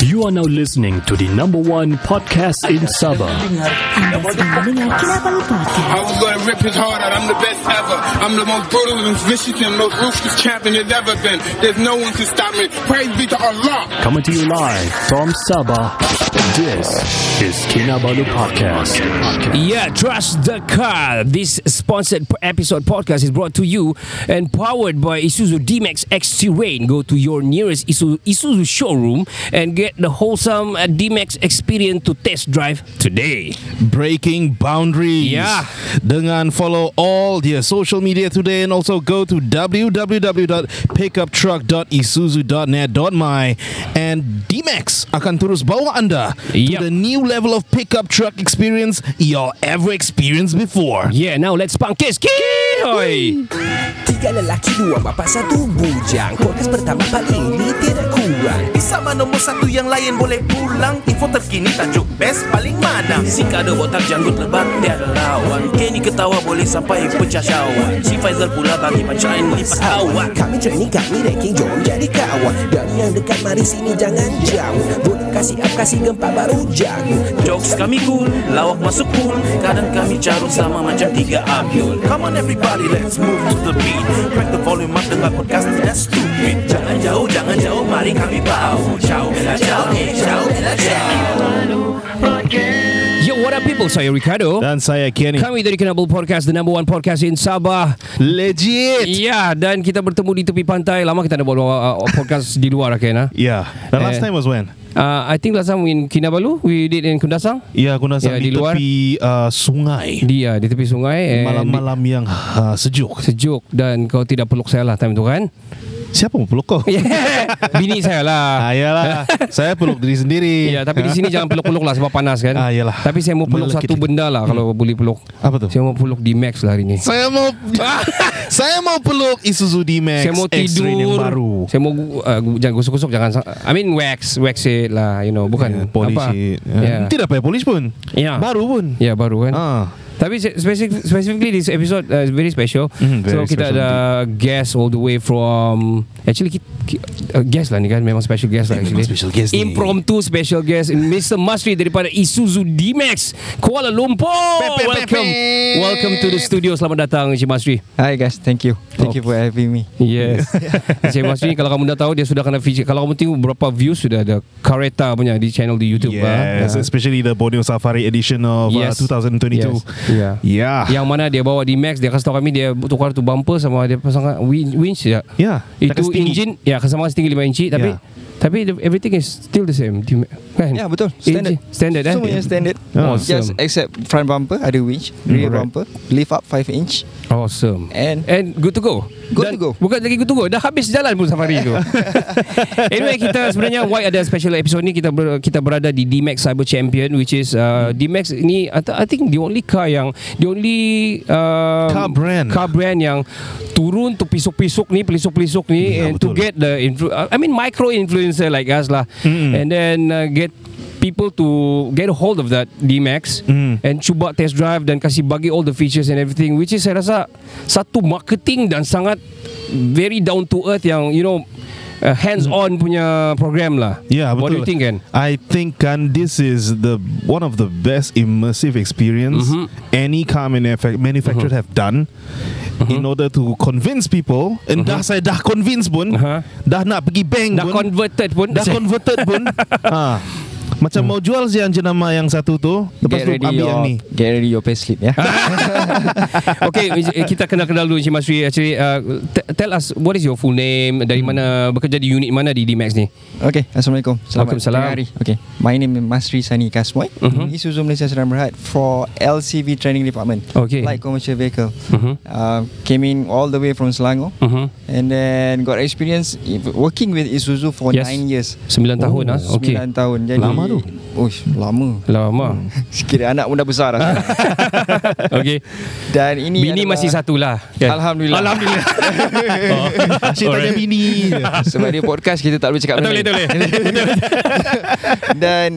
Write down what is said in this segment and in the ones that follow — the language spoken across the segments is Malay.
You are now listening to the number one podcast in Sabah. Anda sedang mendengar Kinabalu Podcast. I was gonna rip his heart out. I'm the best ever. I'm the most brutal and vicious and most ruthless champion there's ever been. There's no one can stop me. Praise be to Allah. Coming to you live from Sabah. This is Kinabalu Podcast. Yeah, Trust the Car. This sponsored p- episode podcast is brought to you and powered by Isuzu D-Max X Terrain. Go to your nearest Isuzu, Isuzu showroom and get the wholesome uh, D-Max experience to test drive today. Breaking Boundaries. Yeah. Dengan follow all their social media today and also go to www.pickuptruck.isuzu.net.my and DMAX akan terus bawa anda Yup. to the new level of pickup truck experience y'all ever experienced before. Yeah, now let's pangkis. Kihoi! Tiga lelaki, dua bapa, satu bujang Podcast pertama paling ni tidak kurang Eh, Sama nombor satu yang lain boleh pulang Info terkini tajuk best paling mana Si kada botak janggut lebat tiada lawan Kenny ketawa boleh sampai pecah syawak Si Faizal pula bagi pancaan lipat awak Kami training, kami ranking, jom jadi kawan Dan yang dekat, mari sini jangan jauh Boleh kasih up, kasih gempa baru jago Jokes kami cool, lawak masuk pool Kadang kami carut sama macam tiga abyul Come on everybody, let's move to the beat Crack the volume up dengan podcast tidak stupid Jangan jauh, jangan jauh, mari kami bau Ciao, bella ciao, eh, ciao, bella ciao Yo, what up people? Saya Ricardo. Dan saya Kenny. Kami dari Kenable Podcast, the number one podcast in Sabah. Legit. Ya, dan kita bertemu di tepi pantai. Lama kita nak buat uh, podcast di luar, Ken. Ha? Yeah. The last Eh. time was when? Uh, I think last time in Kinabalu we did in Kundasang Ya, aku nak Ya, di, di luar. tepi uh, sungai. di uh, di tepi sungai and Malam-malam yang uh, sejuk. di- sejuk dan kau tidak peluk saya lah time tu kan. Siapa mau peluk kau? Yeah. Bini saya Ah, lah. yalah. saya peluk diri sendiri. Ya, tapi di sini jangan peluk-peluk lah sebab panas kan. Ah, iyalah. Tapi saya mau peluk Melekit. satu benda lah kalau boleh peluk. Apa tu? Saya mau peluk di Max lah hari ni. Saya mau Saya mau peluk Isuzu D-Max Saya mau X-Train tidur. yang baru Saya mau uh, gu- jangan gosok-gosok jangan sang- I mean wax, wax it lah, you know, bukan Polish apa. it. Ya. Tidak pakai polish pun Ya. Baru pun Ya, baru kan. Ah. Tapi se- specific, specifically this episode uh, is very special. Mhm, very so kita special ada guest all the way from actually ki- ki- uh, guest lah ni kan memang special guest lah actually. memang special guest ni. Impromptu special guest Mr. Masri daripada Isuzu D-Max Kuala Lumpur. Pepe, pepe. welcome. Welcome to the studio. Selamat datang Encik Masri. Hi guys, thank you. Thank you for having me. Yes. Encik Masri kalau kamu dah tahu dia sudah kena feature. Kalau kamu tengok berapa views sudah ada Kareta punya di channel di YouTube ah. Yes, especially the Borneo Safari edition of Yes. uh, 2022. Yes. Yeah. Yeah. Yang mana dia bawa di Max Dia kasih tahu kami Dia tukar tu bumper Sama dia pasangkan win- winch ya. Yeah, tak Itu kasi tinggi. engine Ya sama setinggi 5 inci Tapi Yeah. Tapi the- everything is still the same di, Hmm. kan? Ya yeah, betul. Engine, Standard. Standard eh Semuanya standard. Ah. Just except front bumper ada winch, rear Alright. bumper, lift up 5 inch. Awesome And- Eh, And good to go Good to go. Bukan lagi good to go Dah habis jalan pun safari tu Anyway kita sebenarnya Why ada special episode ni Kita ber, kita berada di D-Max Cyber Champion Which is uh, D-Max ni I, th- I think the only car yang The only uh, Car brand. Car brand yang Turun tu pisuk-pisuk ni Pelisuk-pelisuk ni Ya, And betul. to get the influ- uh, I mean micro influencer like us lah Mm-mm. And then uh, get people to get a hold of that D-Max Mm. and cuba test drive dan kasih bagi all the features and everything which is saya rasa satu marketing dan sangat very down to earth yang you know uh, hands on punya program lah. Yeah, What do Ya, betul. you think kan? I think kan this is the one of the best immersive experience Mhm. any car manufa- manufacturer Mm-hmm. have done in order to convince people. And dah saya dah convince pun, Aha. dah nak pergi Mm-hmm. bank Uh-huh. Dah pun, converted pun dah converted pun. ha. Macam Hmm. mau jual si yang jenama yang satu tu, lepas Get tu ready ambil your oh. yang ni. get ready your payslip ya. Okay eh, Kita kenal-kenal dulu Encik Masri Actually uh, t- Tell us What is your full name Dari mana Bekerja di unit mana Di D-Max ni Okay, Assalamualaikum. Selamat Waalaikumsalam. tengah hari. Okay, my name is Masri Sani Kasmoy. Mhm. Isuzu Malaysia Seram Berhad for LCV Training Department. Okay. Light Commercial Vehicle. Mhm. Uh, came in all the way from Selangor. Mhm. And then got experience if- working with Isuzu for Yes. 9 years. 9 tahun ah. Okay 9 tahun. Jadi, Lama tu. Uish, lama. Hmm. Lama Sekiranya anak muda besar lah. Okay Dan ini Bini adalah- masih satu lah Alhamdulillah. Alhamdulillah Asyik Ah, tanya bini. Sebab dia podcast kita tak boleh cakap Tak benda boleh ni. tak boleh Dan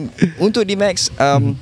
untuk D-Max um,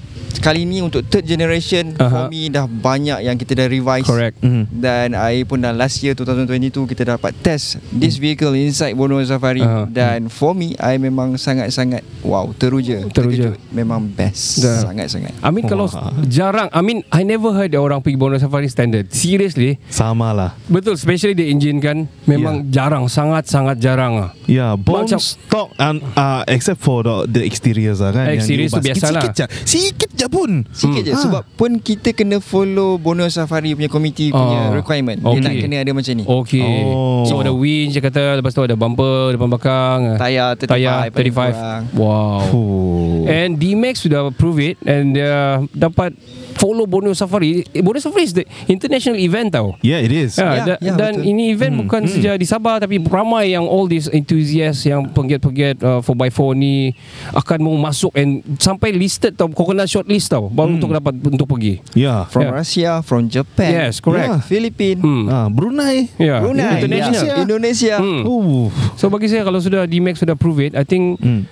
kali ni untuk third generation Aha. uh-huh. for me dah banyak yang kita dah revise Correct. Mhm. dan I pun dah last year 2022 kita dapat test this vehicle inside Bono Safari Mhm. Aha. uh-huh. dan for me I memang sangat-sangat wow teruja Teruja. terkejut. memang best Dah. sangat-sangat I mean kalau jarang I mean I never heard orang pergi Borneo Safari standard Seriously Sama lah Betul Especially the engine kan Memang jarang Sangat-sangat jarang ah. Yeah, Ya, bone Macam- stock and uh, except for the, the exteriors lah kan. yang Exteriors tu lah. Hmm. diubah. biasalah. Sikit-sikit je. Sikit je pun. Sikit je Ah. Sebab pun kita kena follow Bonus Safari punya Komiti Ah. punya requirement Dia Okay. tak kena ada macam ni Okay oh. Oh. So ada winch dia kata Lepas tu ada bumper Depan belakang ah. Tayar 35 Tayar paling kurang. 35 Wow Oh. And D-Max sudah prove it And uh, dapat Follow Borneo Safari Eh, Borneo Safari is the International event tau Yeah, it is. Ya, Ya, da- ya, dan betul. ini event bukan saja di Sabah tapi ramai yang all these enthusiasts yang penggiat-penggiat uh, 4x4 ni akan mau masuk and sampai listed tau kau kena shortlist tau baru untuk dapat untuk pergi. Yeah. From Yeah. Russia From Japan Yes, correct. Yeah. Philippine Hmm. Ah, Brunei. Yeah. Brunei International. Indonesia, Indonesia. Hmm. Oh. So bagi saya kalau sudah D-Max sudah prove it I think Hmm.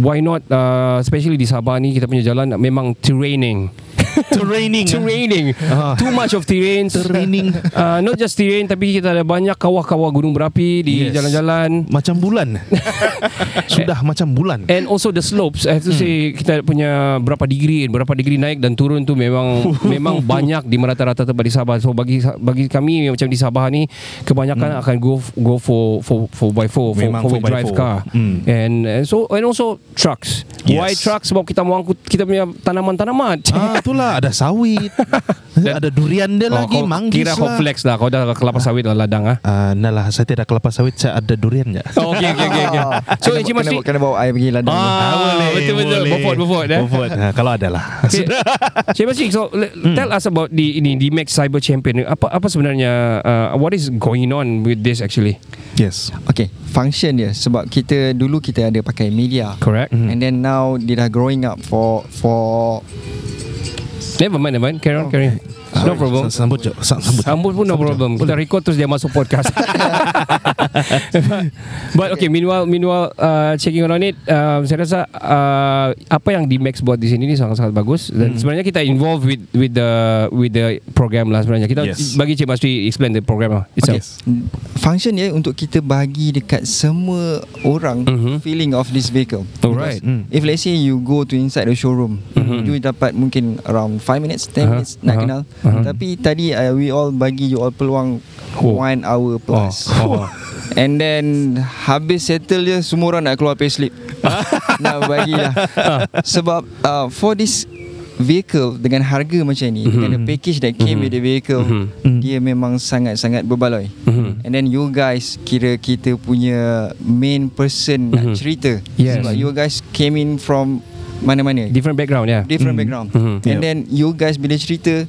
why not uh, especially di Sabah ni kita punya jalan memang terraining. Terraining. terraining. Ah. Too much of terrains. Terraining. Uh, not just terrain tapi kita ada banyak kawah-kawah gunung berapi di Yes. jalan-jalan. Macam bulan. Sudah macam bulan. And also the slopes I have Hmm. to say Kita punya Berapa degree Berapa degree naik dan turun tu Memang Memang banyak Di merata-rata tempat di Sabah So bagi bagi kami yang Macam di Sabah ni Kebanyakan akan go go for for for by four for, Hmm. Memang for 4x4. drive car Mm. and, and so and also trucks Yes. why trucks sebab kita mau angkut kita punya tanaman-tanaman ah, itulah ada sawit. ada durian dia Oh, lagi, kau manggis kira lah. kau flex lah kau dah kelapa sawit lah ladang ah Ah, nah lah, saya tidak kelapa sawit, saya ada durian je. oh, Ah, okay, okay, okay, okay. so Ah. kena, Encik kena, Masri kena bawa I pergi London Ah, betul betul bofot bofot eh Bofot. Ah, kalau ada lah. Okay. Cik Masih, so le- tell us about the ini the Max Cyber Champion. Apa apa sebenarnya uh, what is going on with this actually? Yes. Okay Function dia Sebab kita Dulu kita ada pakai media Correct. Hmm. And then now Dia dah growing up For For Never mind, never mind. Carry on, carry on. No problem. Sam- Ah, Sambut je. Sam- Oh. Sambut. Sambut pun no problem. Kita record terus dia masuk podcast. But okay, meanwhile meanwhile uh, checking on it, uh, saya rasa uh, apa yang di Max buat di sini ni sangat-sangat bagus dan sebenarnya kita involved with with the with the program lah sebenarnya. Kita Yes. bagi Cik Masri explain the program lah itself. Yes. Function dia Untuk kita bagi Dekat semua orang Mhm. Feeling of this vehicle Alright. Mm. If let's say you go to inside the showroom, Mhm. mm-hmm. you dapat mungkin around 5 minutes, Aha, 10 uh-huh. minutes nak aha, uh-huh. kenal. aha. Uh-huh. Tapi tadi uh, we all bagi you all peluang Oh. 1 hour plus. Oh. Oh. And then habis settle je semua orang nak keluar payslip. nak bagi lah. Ah. Sebab uh, for this vehicle dengan harga macam ni mm-hmm. Hmm. dengan the package that came mm-hmm. with the vehicle mm-hmm. dia memang sangat-sangat berbaloi. Mhm. Mm-hmm. And then you guys kira kita punya main person mm-hmm. nak cerita Hmm. Yes. sebab you guys came in from mana-mana Different background ya. Yeah. different background Mhm. and Yep. then you guys bila cerita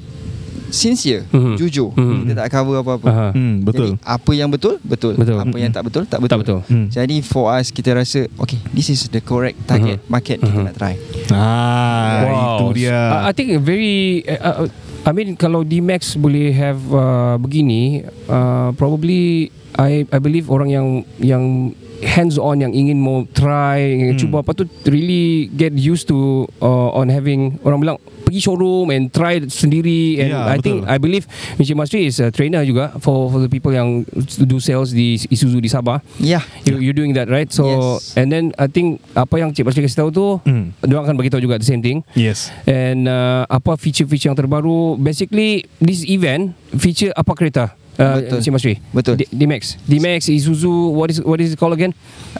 sincere Mhm. jujur Mhm. kita tak cover apa-apa Aha. Hmm, betul. jadi apa yang betul betul, Betul. apa yang tak betul tak betul, Tak betul. Hmm. jadi for us kita rasa okay this is the correct Hmm. target market kita nak try Ah, Mm. itu dia. I, I think very uh, uh, I mean kalau D-Max boleh have uh, begini uh, probably I I believe orang yang yang hands on yang ingin mau try ingin cuba apa tu really get used to uh, on having orang bilang pergi showroom and try sendiri and Yeah, I betul. think I believe Encik Masri is a trainer juga for for the people yang do sales di Isuzu di Sabah yeah You you doing that right? So Yes. and then I think apa yang Cik Basri kasih tahu tu, Hmm. dia akan bagi tahu juga the same thing. Yes. And uh, apa feature-feature yang terbaru? Basically this event feature apa kereta? Uh, Betul. Cik Basri. Betul. D- D-Max. D-Max Isuzu what is what is it called again?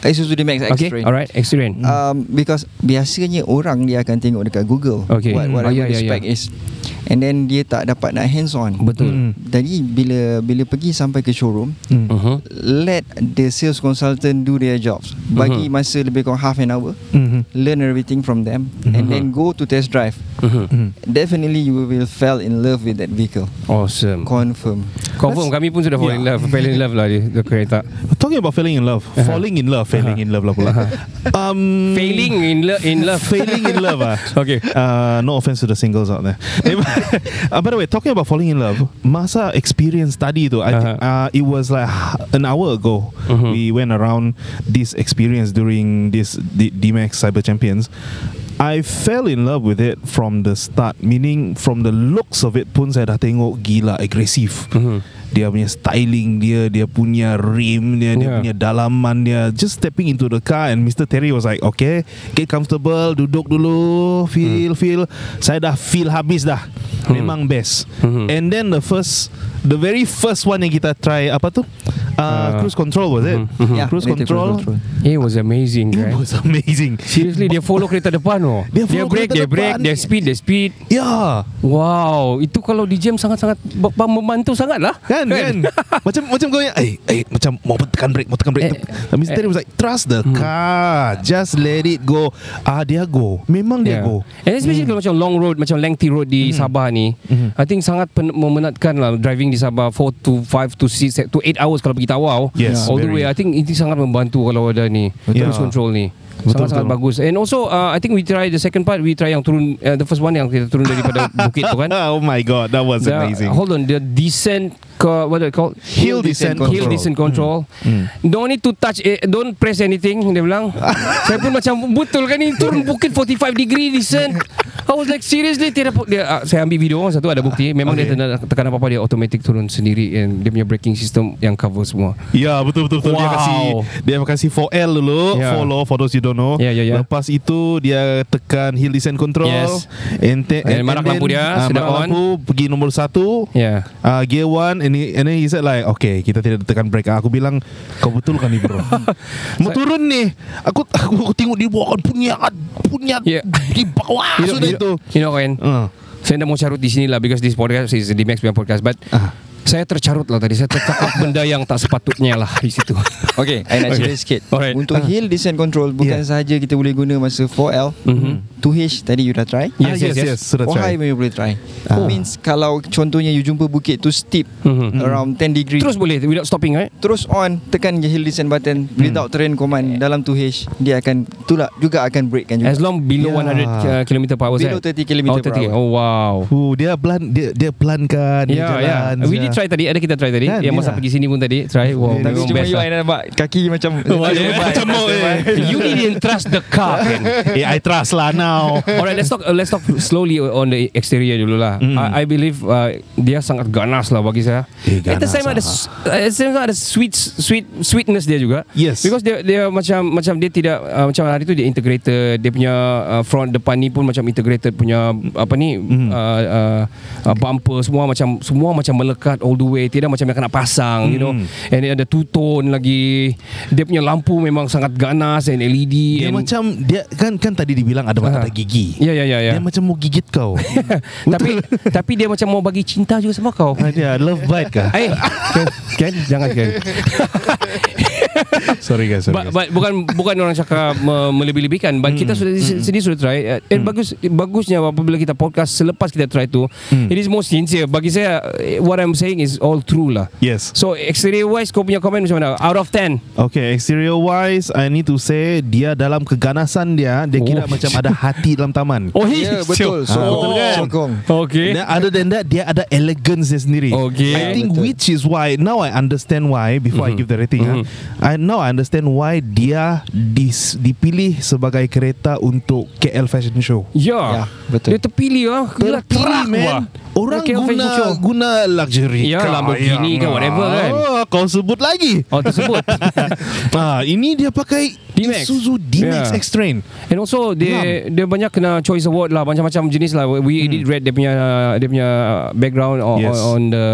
Isuzu D-Max okay. X-Train Alright, X-Train. Uh, um, because biasanya orang dia akan tengok dekat Google Okay. what, Hmm. what Ah, oh, yeah, yeah, yeah, spec yeah. is and then dia tak dapat nak hands on Betul. Hmm. jadi bila bila pergi sampai ke showroom Uh-huh. let the sales consultant do their jobs bagi Mhm. masa lebih kurang half an hour Mhm. learn everything from them and then go to test drive Uh-huh. Mhm. definitely you will fall in love with that vehicle Awesome. confirm Confirm kami pun sudah fall in love, fell in love lah di di kereta. Talking about falling in love, falling in love, falling in love lah pula. Um, Uh-huh. Failing in love in love. Failing in love ah. Okay. Uh, no offense to the singles out there. uh, by the way, talking about falling in love, masa experience tadi tu, I think, Uh-huh. Mm-hmm. uh, it was like an hour ago. We went around this experience during this D- DMAX Cyber Champions. I fell in love with it from the start Meaning from the looks of it pun Saya dah tengok gila agresif mm-hmm. Dia punya styling dia Dia punya rim dia Dia Yeah. punya dalaman dia Just stepping into the car And Mr. Terry was like Okay Get comfortable Duduk dulu Feel feel Saya dah feel habis dah Memang best And then the first The very first one yang kita try Apa tu? Uh, hmm, cruise control was it? Yeah, cruise, related control. It was amazing, It right? was amazing Seriously, dia follow kereta depan oh. Dia Dia follow break, kereta dia break, depan. dia speed, dia speed. Yeah Wow, itu kalau di jam sangat-sangat be- be- membantu sangat lah. Kan kan Macam macam kau yang Eh eh Macam mau tekan brake Mau tekan brake Eh, Tapi Mr. Terry was like Trust the car Just let it go Ah dia go Memang dia Yeah. go Ya. Hmm. And especially kalau macam long road Macam lengthy road di Sabah ni I think sangat pen- memenatkan lah Driving di Sabah 4 to 5 to 6 to 8 hours Kalau pergi Tawau Yes, All the way I very. think itu sangat membantu Kalau ada ni Betul. Cruise Yeah. control ni Betul, Sangat-sangat betul. bagus And also uh, I think we try the second part We try yang turun uh, The first one yang kita turun daripada bukit tu kan Oh my god That was The- amazing Hold on, the descent, co- what do they call? Hill descent Hill control. Hmm. descent control. Hmm. Don't need to touch, it, don't press anything. Dia bilang. Saya pun macam betul kan ini turun bukit 45 degree descent. I was like seriously tidak po- dia, ah, saya ambil video satu ada bukti memang dia tekan, tekan apa-apa dia automatic turun sendiri and dia punya braking system yang cover semua. Ya yeah, betul betul, betul. Wow. Dia Ya. kasi dia kasi 4L dulu, Yeah. yeah. follow for those you don't know. Yeah, yeah, yeah. Lepas itu dia tekan hill descent control. ya. Yes. And, te- And marak lampu dia, ah, sudah marak on. Ya. lampu pergi nombor satu. Yeah. Uh, gear 1 and, he- and then he said like Okay kita tidak tekan brake Ah, Aku bilang Kau betul kan ni bro Mau turun ni Aku aku, aku tengok dia bawa punya Punya Yeah. Di bawah You know, Sudah you, itu know, you know kan? Ah. Saya tidak mau carut di sini lah because this podcast is the Max punya podcast but Ah. saya tercarut lah tadi saya tercakap benda yang tak sepatutnya lah di situ. Okay I nak cerita sikit Alright. Uh-huh. Untuk hill descent control Bukan Yeah. sahaja kita boleh guna Masa 4L Mhm. 2H tadi you dah try Ah, yes, yes, Sudah Oh try Ah. high pun you boleh try Means kalau contohnya You jumpa bukit tu steep Mhm. Mm-hmm. Around 10 degree Terus boleh without stopping right? Terus on Tekan je hill descent button Hmm. Without terrain command Dalam 2H Dia akan Tulak juga akan break kan juga Eh. As long below 100 uh, Yeah. km per hour Below kan? 30 km oh, per 30. hour. Oh wow Ooh, Dia pelan Dia, dia pelan kan Dia Ya ya jalan We je. did try tadi Ada kita try tadi Kan, Yang masa yeah. pergi sini pun tadi Try Wow Tapi Tapi memang cuma best you lah. I nampak Kaki macam Macam mau eh You didn't trust the car kan? Eh, I trust lah now. Alright, let's talk. Uh, let's talk slowly on the exterior dulu lah. Mm. I, I believe uh, dia sangat ganas lah bagi saya. Eh, At the ganas same lah. ada s- uh, at the same time ada sweet sweet sweetness dia juga. Yes. Because dia dia macam macam dia tidak uh, macam hari tu dia integrated. Dia punya uh, front depan ni pun macam integrated punya Mm. apa ni uh, uh, uh, bumper semua macam semua macam melekat all the way. Tidak macam yang kena pasang, you know. Mm. And ada two tone lagi. Dia punya lampu memang sangat ganas and LED. Dia and, macam dia kan kan tadi dibilang ada Ah. ada gigi. Ya ya ya ya. Dia macam mau gigit kau. tapi tapi dia macam mau bagi cinta juga sama kau. Ah, dia love bite kah? Eh, Ken, Ken, jangan Ken. sorry guys, sorry. But, guys. but bukan bukan orang cakap me, melebih-lebihkan. But kita sudah hmm. sendiri sudah try. Uh, And bagus bagusnya apabila kita podcast selepas kita try tu, it is more sincere. Bagi saya, eh, what I'm saying is all true lah. Yes. So exterior wise kau punya comment macam mana? Out of 10. Okay, exterior wise, I need to say dia dalam keganasan dia, dia kira Oh. macam ada hati dalam taman. Oh, he. Ya Ah, betul betul Sokong kan? Sokong Okay. Then other than that Dia ada elegance dia sendiri Okay. Mhm. I think Betul. which is why Now I understand why Before I give the rating ah, I Now I understand why Dia dis, dipilih Sebagai kereta Untuk KL Fashion Show Ya. Ya, betul. Dia terpilih ah. Gila Terpilih, terak man. wah. Orang Okay, guna fashion show. guna luxury Ya, car Lamborghini yang- ke whatever kan. Oh, kau sebut lagi. Oh tersebut. ah, ini dia pakai D-Max. Isuzu D-Max Yeah. X-Train. And also dia dia banyak kena choice award lah macam-macam jenis lah. We did read dia punya dia punya background on, Hmm. Yes. yes. on the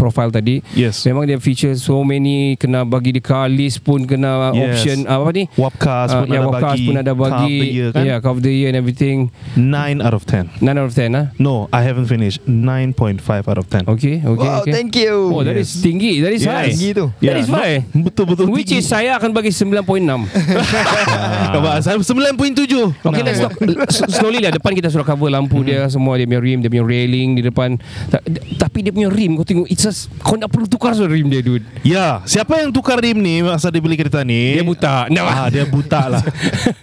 profile tadi. Yes. Memang dia feature so many kena bagi di car list pun kena Yes. option ah, apa ni? Wapcars pun ya, ada Wapcast bagi. pun ada Car of bagi. Ya. the year kan? Yeah, car of the year and everything. 9 out of 10. 9 out of 10 ah. No, I haven't finished. 9.5 out of 10. Okay, okay, Wow okay. thank you Oh, that Yes. is tinggi. That is high. Tinggi tu That is why. Betul betul. Which is saya akan bagi 9.6. Khabar saya 9.7. Okay, let's talk s- slowly lah. Depan kita sudah cover Hmm. lampu dia semua, dia punya rim, dia punya railing di depan. Ta- d- Tapi dia punya rim, kau tengok, it's just, kau nak perlu tukar sudah rim dia, dude. Ya, siapa yang tukar rim ni masa dia beli kereta ni? Dia buta. No. Ah, dia buta lah.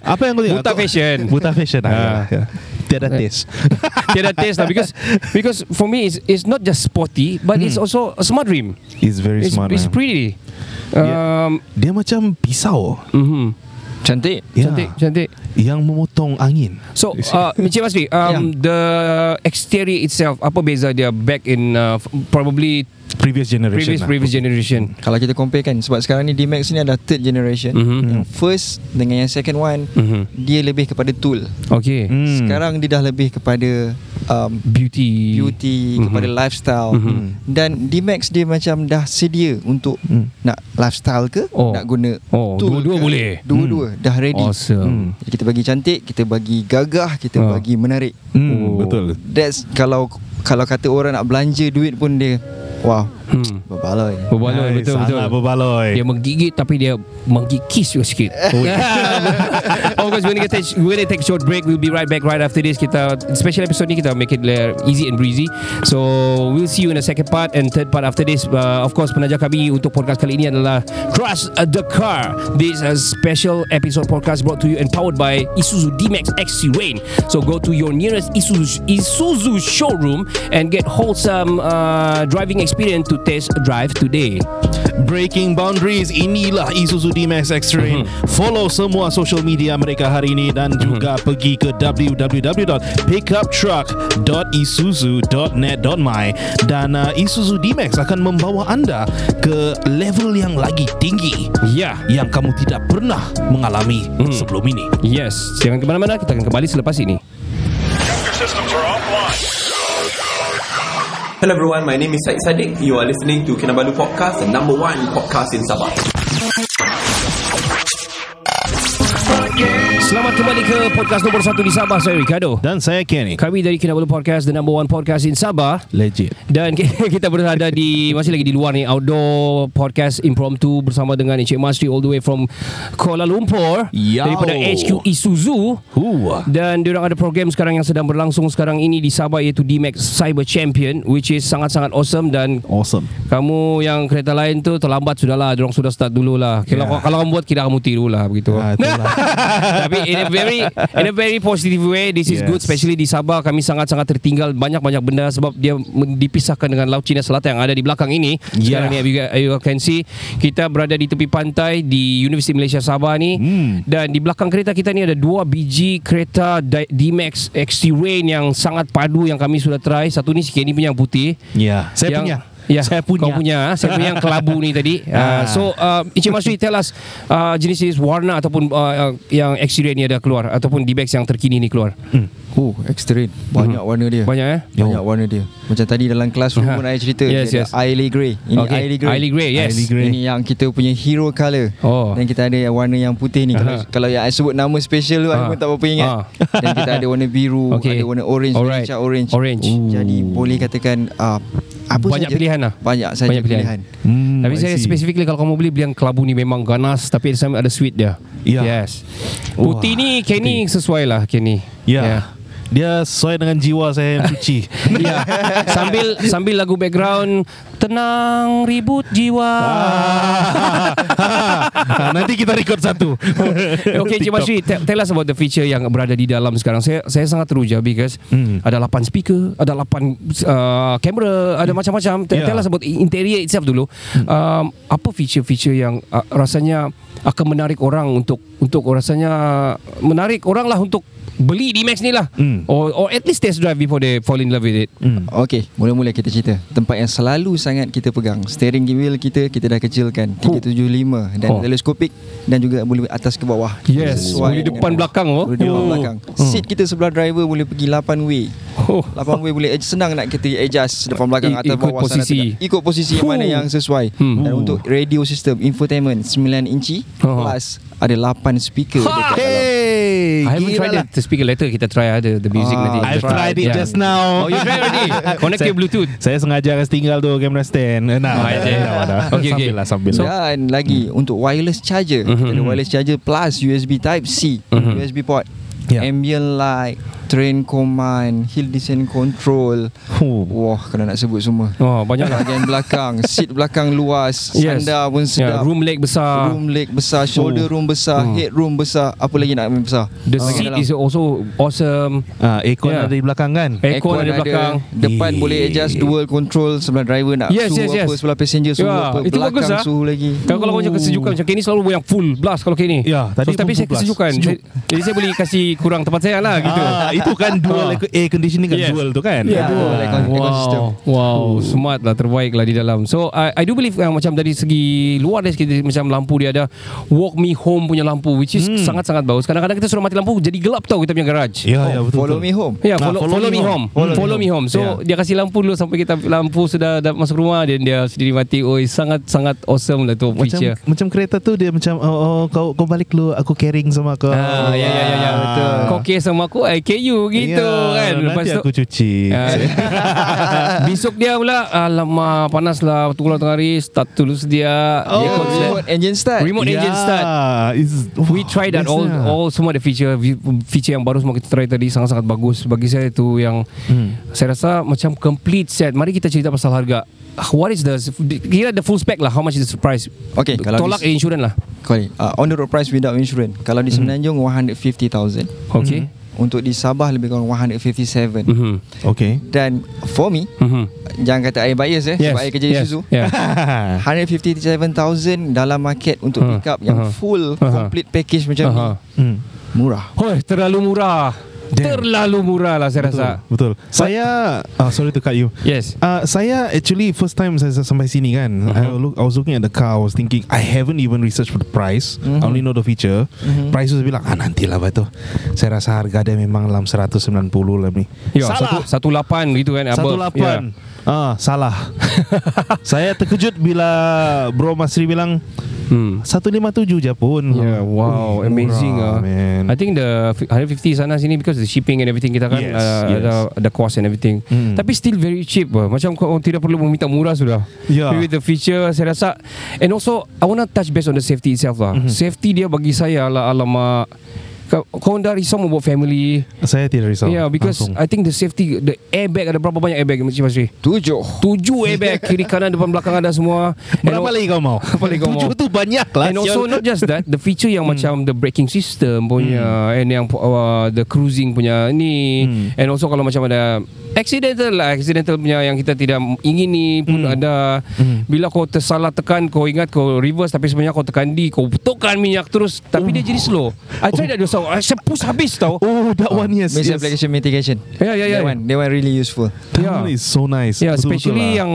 Apa yang kau tengok? Buta fashion. Buta fashion. Ah. Eh. Ah, ya, ya. Tiada taste. Tiada taste lah because because for me it's it's not just sporty but it's also a smart rim. Hmm. It's very It's, smart. it's man. pretty. Yeah. Um, Dia macam pisau. mhm. Cantik Yeah. Cantik, cantik. Yang memotong angin So, uh, Encik Masri, um, the exterior itself, apa beza dia back in uh, f- probably Previous generation previous lah. previous generation? Kalau kita compare kan Sebab sekarang ni D-Max ni adalah third generation Mhm. Yang first Dengan yang second one Mhm. Dia lebih kepada tool Okay. Hmm. Sekarang dia dah lebih kepada um, Beauty. Beauty mm-hmm. Kepada lifestyle mm-hmm. Dan D-Max dia macam Dah sedia untuk mm. Nak lifestyle ke Oh. Nak guna Oh, tool dua-dua ke. boleh? Mm. Dua-dua Dah ready Awesome. Jadi kita bagi cantik Kita bagi gagah Kita Ah. bagi menarik hmm, Oh. Betul That's Kalau Kalau kata orang nak belanja duit pun dia Wow Hmm. Berbaloi Berbaloi betul Salah betul. berbaloi Dia menggigit tapi dia menggigis juga sikit. Oh, of course, we're gonna, take, we're gonna take short break. We'll be right back right after this. Kita special episode ni kita make it uh, easy and breezy. So we'll see you in the second part and third part after this. Uh, of course, penaja kami untuk podcast kali ini adalah Crush the Car. This uh, special episode podcast brought to you and powered by Isuzu D-Max XC Rain. So go to your nearest Isuzu Isuzu showroom and get wholesome uh, driving experience to test drive today. Breaking Boundaries Inilah Isuzu D-Max X-Train mm-hmm. Follow semua social media mereka hari ini Dan juga pergi ke www.pickuptruck.isuzu.net.my Dan uh, Isuzu D-Max akan membawa anda Ke level yang lagi tinggi Yeah. Yang kamu tidak pernah mengalami sebelum ini Yes, jangan ke mana-mana. Kita akan kembali selepas ini. Hello everyone, my name is Syed Saddiq. You are listening to Kinabalu Podcast, the number one podcast in Sabah. Selamat kembali ke podcast nombor satu di Sabah. Saya Ricardo. Dan saya Kenny Kami dari Kinabalu Podcast, the number one podcast in Sabah. Legit Dan kita berada di masih lagi di luar ni outdoor podcast impromptu bersama dengan Encik Masri all the way from Kuala Lumpur Yow. daripada HQ Isuzu. Whoa. Dan diorang ada program sekarang yang sedang berlangsung sekarang ini di Sabah iaitu D-Max Cyber Champion which is sangat-sangat awesome dan Awesome Kamu yang kereta lain tu terlambat sudahlah, diorang sudah start dululah. Kalau Yeah. kalau kamu buat kira kamu tirulah begitu. Ya. Ah, itulah. Tapi in a very in a very positive way this is Yes. good especially di Sabah kami sangat-sangat tertinggal banyak-banyak benda sebab dia men- dipisahkan dengan Laut Cina Selatan yang ada di belakang ini. Yeah. Sekarang ni you, guys- you can see kita berada di tepi pantai di Universiti Malaysia Sabah ni Hmm. dan di belakang kereta kita ni ada dua biji kereta Di- D-Max XT Rain yang sangat padu yang kami sudah try. Satu ni si Kenny punya yang putih. Ya yeah. Saya Yang- punya Ya, Saya punya Kau punya. ah. Saya punya yang kelabu ni tadi. Uh, Ah. so, uh, Encik Masri tell us uh, jenis-jenis warna ataupun uh, uh, yang exterior ni ada keluar ataupun D-Bags yang terkini ni keluar. Ya. Oh, extreme. Banyak warna dia. Banyak eh? Banyak warna dia. Macam tadi dalam kelas room Ha. pun saya cerita Yes, dia yes. ada Ailey Grey. Ini okay. Ailey Grey. Ailey Grey, yes. Ailey Grey. Ini yang kita punya hero colour Oh. Ha. Dan kita ada yang warna yang putih ni Aha. Kalau, kalau yang I sebut nama special tu I Ah. pun tak apa ingat Ah. Dan kita ada warna biru Okay. Ada warna orange Alright. macam orange Orange. Ooh. Jadi boleh katakan uh, apa Banyak saja, pilihan lah. Banyak saja Banyak pilihan. pilihan, Hmm, Tapi I saya see. specifically kalau kamu beli beli yang kelabu ni memang ganas tapi ada ada sweet dia. Ya. Yes. Putih Wah, ni Kenny sesuai lah Kenny. Ya yeah. Dia sesuai dengan jiwa saya yang suci Ya. sambil sambil lagu background tenang ribut jiwa. Ah, Nanti kita record satu Okay Encik TikTok. Masri tell, tell us about the feature yang berada di dalam sekarang Saya saya sangat teruja because hmm. Ada 8 speaker Ada 8 uh, kamera Hmm. Ada macam-macam yeah. Yeah. Tell us about interior itself dulu Hmm. um, Apa feature-feature yang uh, rasanya Akan menarik orang untuk Untuk rasanya Menarik orang lah untuk Beli D-Max ni lah Hmm. or, or at least test drive Before they fall in love with it Hmm. Okey, mula-mula kita cerita. Tempat yang selalu sangat kita pegang. Steering wheel kita kita dah kecilkan 375 dan Oh. oh. teleskopik dan juga boleh atas ke bawah. Yes, boleh depan belakang, oh. Hmm. Boleh depan Oh. belakang. Seat kita sebelah driver boleh pergi 8 way. Oh. 8 way boleh senang nak kita adjust depan belakang I- atas ikut bawah sana posisi. tegak. Ikut posisi yang mana Huh. yang sesuai. Hmm. Dan untuk radio system infotainment 9 inci Oh. Ha. plus ada 8 speaker dekat dalam. Hey, I haven't gila tried lah. it The speaker later Kita try ada the music Ah, nanti I've Kita tried it Yeah. just now. Oh you tried already Connect Saya- your bluetooth Saya sengaja kasi tinggal tu camera stand. Eh, Nah, Ah, dah, je. dah, dah, dah. Okay, okay. sambil lah sambil. So- So, Dan lagi Hmm. untuk wireless Mhm. charger, mm-hmm. ada wireless charger plus USB type C, mm-hmm. USB port, Ya. Yeah. ambient light, Train Command Hill Descent Control Huh. Wah kena nak sebut semua Oh banyak lah Bahagian belakang Seat belakang luas yes. Sandar pun sedap yeah, Ya, Room leg besar room leg besar Shoulder room besar Hmm. Head room besar Apa lagi nak main besar The Bahagian seat dalam. is also awesome Ah, aircon Yeah. Eh, ada di belakang kan? Aircon ada belakang Depan Yeah. boleh adjust Dual control Sebelah driver nak Yes, Suhu yes, apa yes. Sebelah passenger Suhu Yeah, apa itu Belakang bagus, ah. suhu lagi kalau kalau macam kesejukan macam Kenny selalu yang full blast kalau Kenny. Ya, tadi so, tapi pun saya full blast. kesejukan. Sejuk. Saya, jadi saya boleh kasi kurang tempat saya lah gitu. Ah, itu kan dual Ah. air- air conditioning kan Yes. dual tu kan? Ah. Yeah. Betul. Dual air con- ecosystem. Wow, wow, smart lah terbaik lah di dalam. So I, I do believe uh, macam dari segi luar dari segi macam lampu dia ada walk me home punya lampu which is Hmm. sangat-sangat bagus. Kadang-kadang kita suruh mati lampu jadi gelap tau kita punya garage. Ya, ya betul. Follow betul. me home Ya, yeah, Ah, follow, follow, me home. Follow, me home. Ya. So Yeah. dia kasih lampu dulu sampai kita lampu sudah dah masuk rumah dan dia sendiri mati. Oi, sangat-sangat awesome lah tu Macam feature. macam kereta tu dia macam oh, oh kau kau balik dulu aku caring sama kau. Ah. Ah, ya ya ya ya betul. Kau care sama aku, I care you gitu Ya, kan. Lepas nanti tu aku cuci. Ah, Besok dia pula Alamak panas lah Waktu keluar tengah hari Start tulus dia Oh. Dia konsep Remote engine start Remote Ya, engine start is- We wah, try that all bestnya. all semua the feature feature yang baru semua kita try tadi sangat-sangat bagus bagi saya itu yang hmm. saya rasa macam complete set. Mari kita cerita pasal harga. Ah, What is the kira the full spec lah how much is the price? Okay, kalau tolak dis- insurance lah. Correct uh, On the road price without insurance Kalau di Semenanjung 150,000 Okay. Untuk di Sabah lebih kurang 157 Mhm. Okay. Dan for me Mhm. Jangan kata I bias eh yes. Sebab I kerja yes. Isuzu Yeah. 157,000 dalam market Untuk Ha, pick up yang ha. full Ha, ha. Complete package macam ni Aha. Hmm. Murah Hoi, terlalu murah. Damn. Terlalu murah lah saya rasa. Betul. Saya ah, sorry to cut you. Yes. Uh, saya actually first time saya saya sampai sini kan. I, Mm-hmm. look, I was looking at the car. I was thinking I haven't even researched for the price. I Mm-hmm. only know the feature. Price tu saya bilang ah nantilah betul. Saya rasa harga dia memang dalam 190 lah ni. Ya, satu, satu lapan gitu kan apa? Satu lapan. Ah salah. saya terkejut bila Bro Masri bilang Yeah. Hmm. 157 je pun. Yeah, Ya, wow, Ui, amazing ah. murah, Oh, Man. I think the fi- 150 sana sini because the shipping and everything kita kan Yes, uh, yes. ada the cost and everything. Hmm. Tapi still very cheap. ah. Macam kau orang tidak perlu meminta murah sudah. Yeah. With the feature saya rasa and also I want to touch based on the safety itself lah. Mm-hmm. Safety dia bagi saya lah alamak kau, kau dah risau about family. saya tidak risau. yeah, Ya, because Langsung. I think the safety the airbag ada berapa banyak airbag Encik Masri? Tujuh Tujuh airbag kiri kanan depan belakang ada semua. And Berapa lagi kau mau? Berapa lagi kau Tujuh mau? tu banyak lah. And also sial. not just that The feature Hmm. yang macam The braking system punya And yang uh, The cruising punya ni Hmm. And also kalau macam ada Accidental lah Accidental punya Yang kita tidak ingini Pun Hmm. ada Bila kau tersalah tekan Kau ingat kau reverse Tapi sebenarnya kau tekan D Kau tekan minyak terus Tapi Hmm. dia jadi slow I tried that also I "Ah, push habis tau Oh, that Ah, one yes. Miss yes. application mitigation Ya ya ya That one That one really useful That Yeah. one is so nice. Ya, yeah, Betul-betul especially lah. yang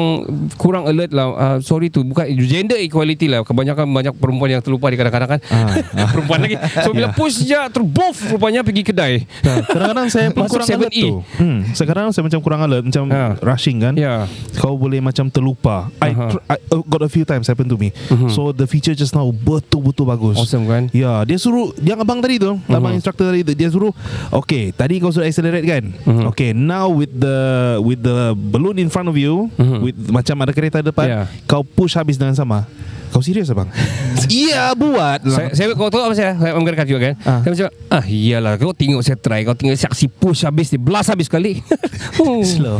kurang alert lah. Uh, sorry tu, bukan gender equality lah. Kebanyakan banyak perempuan yang terlupa di kadang-kadang kan. Ah, perempuan lagi. So bila Yeah. push je terbof rupanya pergi kedai. Nah, Ya. kadang-kadang saya pun Masuk E. kurang alert 7E. tu. Hmm, sekarang saya macam kurang alert, macam Ha. rushing kan. Ya. Kau boleh macam terlupa. Aha. I, Mhm. tr- I uh, got a few times happen to me. So the feature just now betul-betul bagus. Awesome kan? Mhm. Ya, yeah, dia suruh yang abang tadi tu, abang instructor tadi tu, dia suruh okay, tadi kau sudah accelerate kan? Mhm. Okay, now with the with the balloon in front of you, Mhm. with macam ada kereta depan, Yeah. kau push habis dengan sama. Kau serius abang? Iya, buat Saya, lah. saya kau tahu apa saya? Saya menggerakkan juga kan. Ah. Saya macam ah iyalah kau tengok saya try, kau tengok saksi push habis dia blast habis sekali. Hmm. Slow.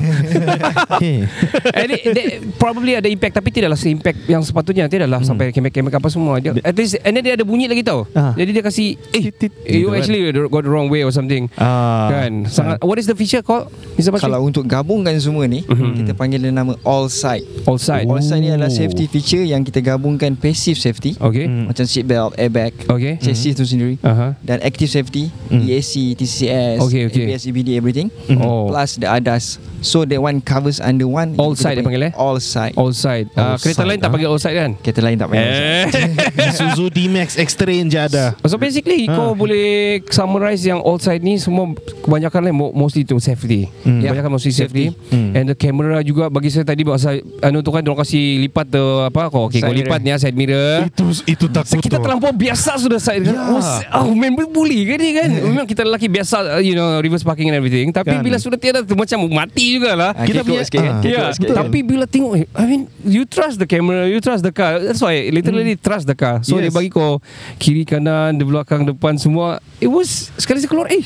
Eh. And it, that Eh, probably ada impact tapi tidaklah se-impact yang sepatutnya tidaklah hmm. sampai kemek-kemek apa semua dia at least and then dia ada bunyi lagi tau Ah. jadi dia kasi eh Tit, tit. you Gitu kan. actually go the wrong way or something Ah. kan sangat what is the feature called Mr. Basri Kalau untuk gabungkan semua ni Kita panggil dia nama All side all side All side ni adalah safety feature Yang kita gabungkan passive safety okay Uh-huh. Hmm. Macam seat belt, airbag Hmm. Okay. Hmm. Chassis tu sendiri Aha. Dan active safety E EAC, TCS, Okay, okay. ABS, EBD, E everything Oh. Plus the ADAS So that one covers under one All Kita side dia panggil, eh? All side all side Ah, All kereta side, lain tak ah. panggil all side kan Kereta lain tak panggil all side. eh Isuzu D-Max X-Train je ada. So basically Ah. kau boleh summarize yang all side ni semua kebanyakan lain mo- mostly to safety. Hmm. Kebanyakan mostly safety. Hmm. And the camera juga bagi saya tadi bahasa anu tu kan dia kasi lipat the apa kau okey kau Side lipat ni ah, side mirror. Itu itu takut Kita tu. terlampau biasa sudah side kan. Ya. Oh, s- oh man bully kan ni kan. Memang kita lelaki biasa uh, you know reverse parking and everything tapi Kan. bila sudah tiada tu macam mati jugalah. Ah, Kita kekok punya- sikit kan? ah. Kekok Yeah, sikit. tapi bila tengok eh, I mean you trust the camera, you trust the car. That's why literally trust the car. So yes. Hmm. Yes. dia bagi kau kiri kanan, di belakang depan semua. It was sekali saya keluar eh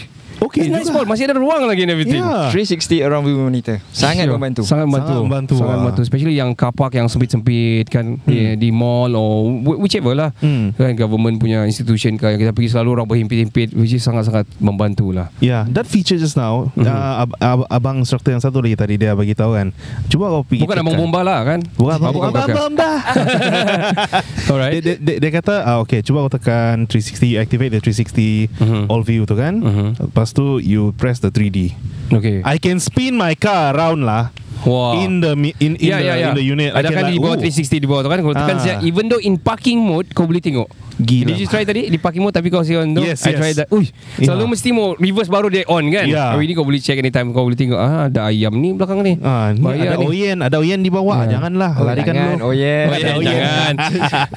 It's Okay nice juga. Paul Masih ada ruang lagi and everything Yeah. 360 around Vivo Monitor Sangat Sure. membantu Sangat membantu Sangat membantu, Sangat ah. membantu Especially yang car park Yang sempit-sempit kan yeah, Di mall Or wh- whichever lah Hmm. kan, Government punya institution kan Kita pergi selalu Orang berhimpit-himpit Which is sangat-sangat Membantu lah Yeah, Ya, that feature just now Hmm. mm-hmm. uh, ab- ab- abang instructor yang satu lagi tadi dia bagi tahu kan. Cuba kau pergi Bukan check abang kan. bomba lah kan Bukan abang Ah, bomba. Abang bukan. bomba. dia, Alright dia, dia, dia kata ah, Okay cuba kau tekan 360 You activate the 360 Mhm. All view tu kan Mhm. Lepas tu You press the 3D Okay I can spin my car around lah Wow In the mi- in, in, Ya, the, ya, ya. in the unit I Ada can kan like, di bawah oh, 360 di bawah tu kan Kalau tekan Ah. siap Even though in parking mode Kau boleh tengok Gila. Did you try tadi Di parking mode Tapi kau masih on tu Yes, I yes. try that Uish, Ya. Selalu mesti mau Reverse baru dia on kan Ya. Hari ni kau boleh check anytime Kau boleh tengok ah, Ada ayam ni belakang ni Ah, ni Bahaya ada ni. Oyen, ada Oyen di bawah. Ya. Janganlah, Oh, larikan jangan. dulu. Oh yeah, Oh, yeah, Oh, yeah. jangan.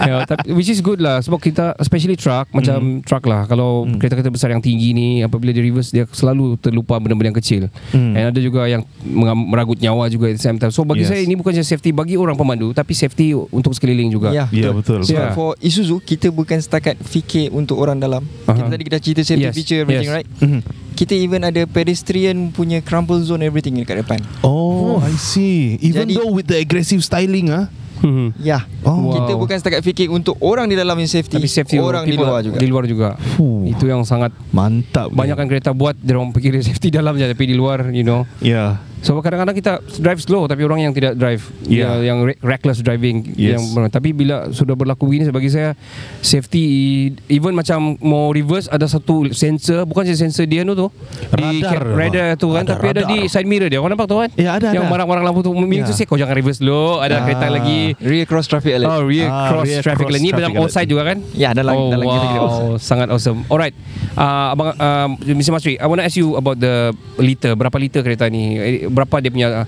yeah, tapi, which is good lah sebab kita especially truck macam truck lah kalau kereta-kereta besar yang tinggi ni apabila dia reverse dia selalu terlupa benda-benda yang kecil. Hmm. And ada juga yang mengam- meragut nyawa juga at the same time. So bagi Yes. saya ini bukan just safety bagi orang pemandu tapi safety untuk sekeliling juga. Ya Ya, betul. So Ya. for Isuzu Kita bukan setakat fikir Untuk orang dalam Aha. Kita tadi kita cerita safety Uh-huh. Yes, feature Everything yes. Mm-hmm. right Kita even ada Pedestrian punya crumble zone Everything dekat depan Oh, I see. Even Jadi- though with the aggressive styling ah. Mhm. Ya Oh. Kita Wow. bukan setakat fikir Untuk orang di dalam yang safety Tapi safety Orang di people- luar juga Di luar juga. Fuh. Itu yang sangat Mantap. banyakkan kereta buat dia orang fikir safety dalam je tapi di luar you know. Ya. So kadang-kadang kita drive slow tapi orang yang tidak drive yang, Yeah. yang re- reckless driving Ya. Yes. yang tapi bila sudah berlaku begini bagi saya safety even macam mau reverse ada satu sensor bukan je sensor dia tu tu di Radar. cap- radar tu kan Radar, tapi ada di radar. side mirror dia orang nampak tu kan Ya, ada, yang ada. marang-marang lampu tu milik tu Ya. saya kau jangan reverse slow ada Ah. kereta lagi Rear cross traffic alert Oh, rear Ah, cross rear traffic cross lane. Ni traffic dalam outside lane. juga kan? Ya, dalam- oh, dalam wow. kita kira outside. Sangat awesome. Alright. Uh, abang uh, Mr. Masri, I want to ask you about the liter. Berapa liter kereta ni? Eh, Berapa dia punya uh,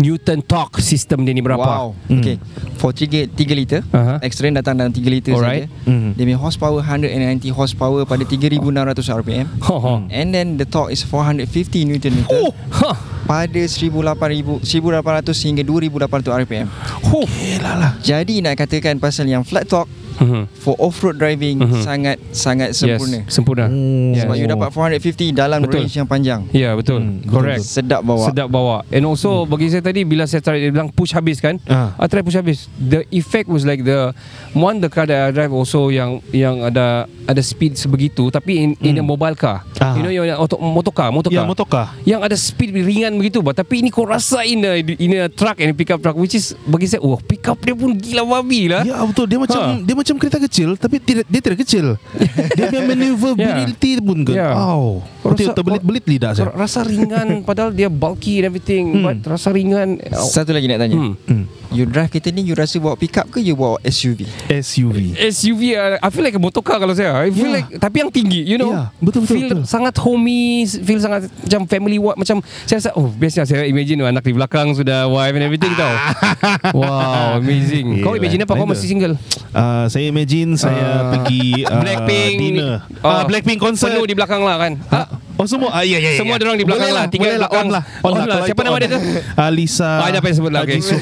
Newton torque system dia ni berapa? Hmm. Wow Okay For 3, 3 liter Aha. X-Train datang dalam 3 liter Alright. Hmm. Mhm. saja Dia punya horsepower 190 horsepower Pada 3600 RPM Ho, ho. And then the torque is 450 Newton meter Oh, huh. pada 1800 1800 hingga 2800 RPM. Oh. Jadi nak katakan pasal yang flat torque Mhm. for off-road driving Mhm. sangat sangat sempurna. Yes, sempurna. Yes. Sebab you dapat 450 dalam Betul. Betul. range yang panjang. Ya, yeah, betul. Hmm, betul, Hmm. Correct. Sedap bawa. Sedap bawa And also bagi saya tadi Bila saya try Dia bilang push habis kan Ah. I try push habis The effect was like the One the car that I drive also Yang yang ada Ada speed sebegitu Tapi in, in a mobile car Ah. You know yang auto, motocar Motocar Ya, motoka. yang ada speed ringan begitu bah. Tapi ini kau rasa in a, in a truck and pick up truck Which is bagi saya Wah pick up dia pun gila babi lah Ya betul dia macam Ha. dia macam kereta kecil tapi tidak dia tidak kecil. dia punya maneuverability pun ke. Ya. Wow. Betul Rasa- terbelit-belit lidah Hmm. Kau saya. Rasa ringan Padahal dia bulky and everything But rasa ringan Satu lagi nak tanya. Hmm. You drive kereta ni you rasa bawa pickup ke you bawa SUV? SUV. SUV uh, I feel like a motorcar kalau saya I feel Yeah. yeah. like Tapi yang tinggi You know Yeah, betul, betul, Feel betul. sangat homey Feel sangat Macam family what Macam Saya rasa Oh biasanya saya imagine Anak di belakang Sudah wife and everything tau Wow amazing Kau Yelah, imagine apa Kau random. masih single Uh, saya imagine Ah. saya pergi uh, Blackpink dinner. Ah, Blackpink concert. Penuh di belakang lah kan ha? Oh semua ah, ya, ya, ya, Semua ya. dia orang di belakang Boleh lah, tinggal boleh belakang. on lah On lah. Kalau Siapa itu nama on. dia tu? Ah, Lisa Ah, dah payah sebut lah, okay. Jisoo.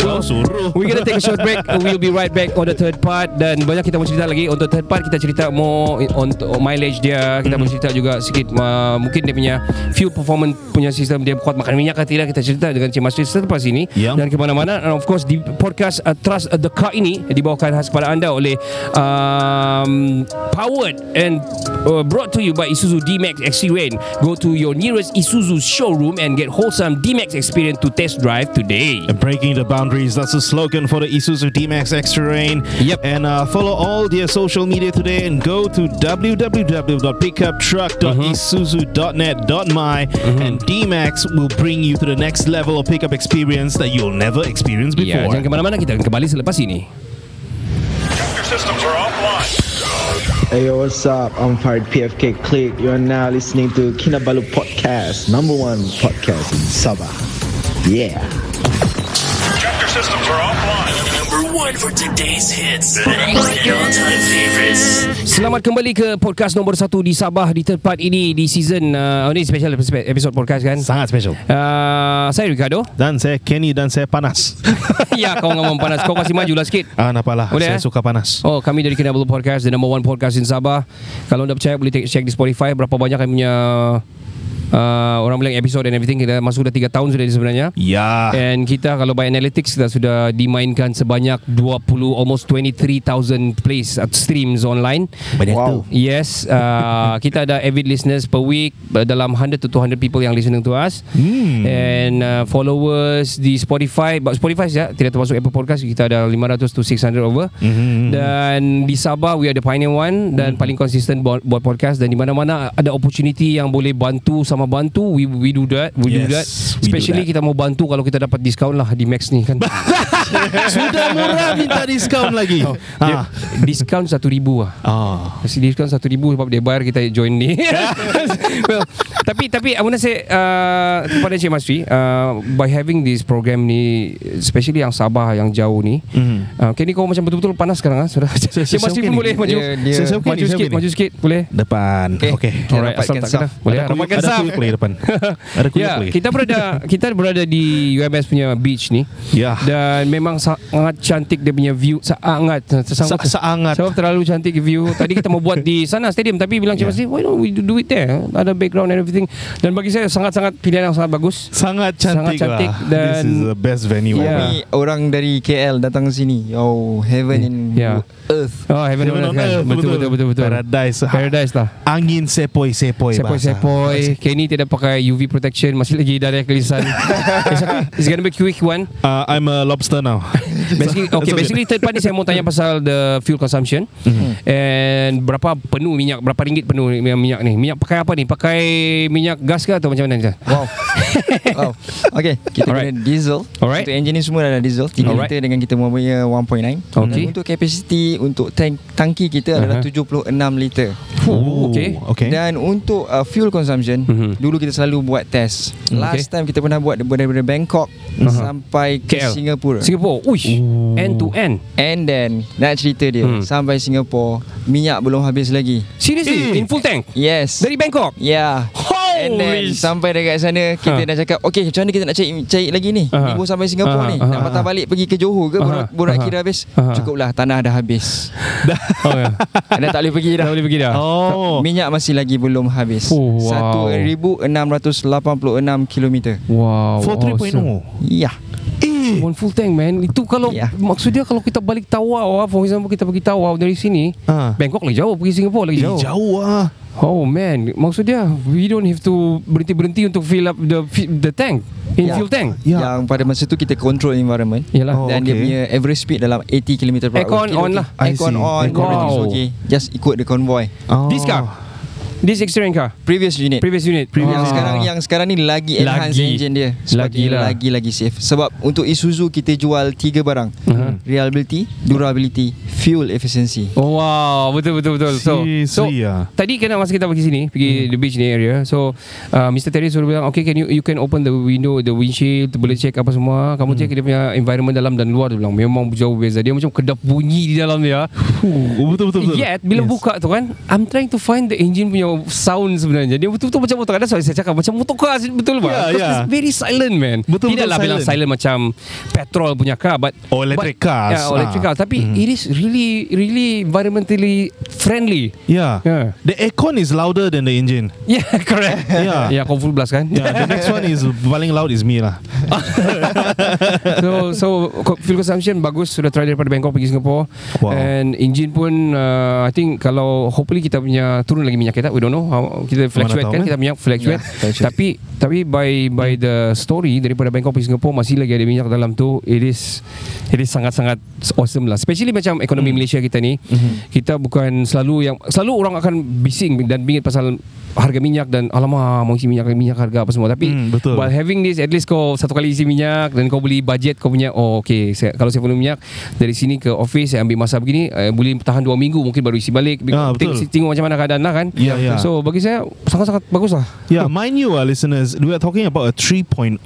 Kau suruh We're gonna take a short break We'll be right back On the third part Dan banyak kita mau cerita lagi Untuk third part Kita cerita more On, on mileage dia Kita mau cerita juga sikit uh, Mungkin dia punya Fuel performance Punya sistem dia Kuat makan minyak ke tidak Kita cerita dengan Cik Masri Selepas ini Yep. Dan ke mana-mana And of course Di podcast uh, Trust uh, the Car ini Dibawakan khas kepada anda Oleh um, Powered And uh, Brought to you by Isuzu D-Max X-Rain Go to your nearest Isuzu showroom And get wholesome D-Max experience To test drive today Breaking the boundaries. That's the slogan for the Isuzu D-Max Extra Rain. Yep. And uh, follow all their social media today and go to www.pickuptruck.isuzu.net.my and D-Max will bring you to the next level of pickup experience that you'll never experience before. Ya, jangan ke mana-mana kita akan kembali selepas ini. Hey, yo, what's up? I'm part PFK Click. You are now listening to Kinabalu Podcast, number one podcast in Sabah. Yeah. Chapter systems are offline. Number one for today's hits and all-time favorites. Selamat kembali ke podcast nombor 1 di Sabah di tempat ini di season uh, ini special episode episode podcast kan? Sangat special. Uh, saya Ricardo. Dan saya Kenny dan saya panas. ya, kau ngomong panas. Kau kasih maju lah sikit. Ah, napalah. Boleh, saya eh? suka panas. Oh, kami dari Kinabalu Podcast, the number one podcast in Sabah. Kalau anda percaya boleh take- check di Spotify berapa banyak kami punya uh, orang bilang episode and everything kita masuk dah 3 tahun sudah sebenarnya. Ya. And kita kalau by analytics kita sudah dimainkan sebanyak 20 almost 23,000 plays at streams online. Banyak tu. Yes, uh, kita ada avid listeners per week uh, dalam 100 to 200 people yang listening to us. Hmm. And uh, followers di Spotify, but Spotify saja tidak termasuk Apple Podcast kita ada 500 to 600 over. Hmm. Dan di Sabah we are the pioneer one Hmm. dan paling konsisten buat, buat podcast dan di mana-mana ada opportunity yang boleh bantu sama bantu we we do that, we do Yes, that. we do Especially that. kita mau bantu kalau kita dapat diskaun lah di Max ni kan. Sudah murah minta diskaun lagi. Oh. Dia- diskaun RM1,000 lah. Ah. Kasi dia kan satu ribu sebab dia bayar kita join ni. well, tapi tapi I want to say uh, kepada Cik Masri, uh, by having this program ni, especially yang Sabah yang jauh ni, mm. uh, okay, ni kau macam betul-betul panas sekarang ah. Sudah. Cik Masri siapa pun ni? boleh maju. Dia- dia- Saya- saya okey maju ni, saya sikit, okey ni. maju sikit boleh. Depan. Okey. Okay. Kita Alright, asal dapatkan tak kena. saf. Boleh Ada rapatkan kuyuk- ada saf. kuyuk lagi depan. Ada kuyuk Ya, lagi. kita berada kita berada di UMS punya beach ni. Ya. Dan memang sangat cantik dia punya view, sangat sangat Sa- sangat. Sebab terlalu cantik view. Tadi kita mau buat di sana stadium tapi bilang cuma yeah. why don't we do it there? Ada background and everything. Dan bagi saya sangat-sangat pilihan yang sangat bagus. Sangat Sangat cantik, cantik lah. dan- This is the best venue. Ya. ever. Ni orang dari KL datang sini. Oh, heaven in Hmm. Yeah. earth. Oh, heaven, Heaven on earth. kan? Betul, betul, betul, betul. Paradise. Paradise lah. Angin sepoi-sepoi. bahasa. Sepoi-sepoi Kenny tidak pakai UV protection Masih lagi darah kelisan It's okay. It's gonna be quick one Uh, I'm a lobster now. Basically, okay, That's basically third party saya mau tanya pasal the fuel consumption mm-hmm. and berapa penuh minyak, berapa ringgit penuh ni minyak- minyak ni. Minyak pakai apa ni? Pakai minyak gas ke atau macam mana ni? Wow. wow. Okay, kita Alright. Alright. guna diesel. Alright. Untuk enjin ni semua dah ada diesel. 3 Alright. liter dengan kita punya 1.9. Okay. Dan untuk kapasiti untuk tank tangki kita adalah Aha. 76 liter. Oh, okay. Okay. Dan untuk uh, fuel consumption, Mhm. dulu kita selalu buat test. Mm-hmm. Last time kita pernah buat daripada Bangkok Uh-huh. sampai ke KL. Singapura. Singapore. Uish. End to end. And then nak cerita dia Hmm. sampai Singapura minyak belum habis lagi. Seriously, in full tank. Yes. Dari Bangkok. Yeah. And then Holy. sampai dekat sana kita Ha. ha. dah cakap okay macam mana kita nak cari cari lagi ni. Aha. Uh-huh. Ibu sampai Singapura Aha, uh-huh. ni. aha, Nak patah aha. balik pergi ke Johor ke Aha, borak, borak aha. kira habis. Aha. Cukuplah tanah dah habis. Oh ya. dah tak boleh pergi dah. Dah boleh pergi dah. Oh. Minyak masih lagi belum habis. Oh, wow. 1686 kilometer. Wow. For oh. 3.0. awesome. Ya. One full tank man Itu kalau yeah. Yeah. Maksud dia kalau kita balik Tawau ah, For example kita pergi Tawau dari sini Ah. Bangkok lagi jauh Pergi Singapura lagi Eh, jauh jauh ah. Oh man, maksud dia we don't have to berhenti-berhenti untuk fill up the fi- the tank in Ya. fuel tank. Ya. Yang pada masa tu kita control environment. Yalah. Oh, Dan dia okay. punya average speed dalam 80 km per Aircon hour Okey, on okey. lah. I Aircon see. on Aircon on. Wow okay. Just ikut the convoy Oh. This car. This exterior car. Previous unit Previous unit. Ah. yang Ah. sekarang yang sekarang ni lagi enhance Lagi. engine dia Lagi Sepatutnya lah. lagi lagi safe sebab untuk Isuzu kita jual tiga barang Mhm. reliability durability fuel efficiency Oh wow, betul betul betul. So, so Seriously, ah. tadi kena masa kita pergi sini, pergi the beach ni area. So, uh, Mr. Terry suruh bilang, okay, can you you can open the window, the windshield, boleh check apa semua. Kamu check dia punya environment dalam dan luar dia bilang. Memang jauh beza. Dia macam kedap bunyi di dalam dia. Oh, betul betul betul. Yet bila yes. buka tu kan I'm trying to find the engine punya sound sebenarnya Dia betul-betul macam motor That's why saya cakap Macam motor car betul bang Ya, Because ya. it's very silent man Betul-betul Tidaklah silent. bilang silent macam Petrol punya car but, Or electric but, cars, yeah, or electric ah. cars Tapi it is really Really environmentally friendly Yeah. Yeah. The aircon is louder than the engine. Yeah correct Yeah. Ya kau full blast kan Yeah, the next one is paling loud is me lah. So so co- fuel consumption bagus sudah try daripada Bangkok pergi Singapore. Wow. And engine pun uh, I think kalau hopefully kita punya turun lagi minyak kita we don't know how kita fluctuate tahu, kan kan? kita minyak fluctuate. Yeah, fluctuate. Tapi tapi by by the story daripada Bangkok pergi Singapore masih lagi ada minyak dalam tu it is it is sangat-sangat awesome lah. Especially macam ekonomi Hmm. Malaysia kita ni. Kita bukan selalu yang selalu orang akan bising dan bingit pasal harga minyak dan alamak mau isi minyak minyak harga apa semua tapi Hmm, betul. while having this at least kau satu kali isi minyak dan kau beli budget kau punya oh okay saya, kalau saya perlu minyak dari sini ke office saya ambil masa begini eh, boleh tahan 2 minggu mungkin baru isi balik Ah, Tengok- betul. tengok macam mana keadaan lah kan Ya, ya. so bagi saya sangat-sangat bagus lah ah, Yeah, mind you, uh, listeners, we are talking about a 3.0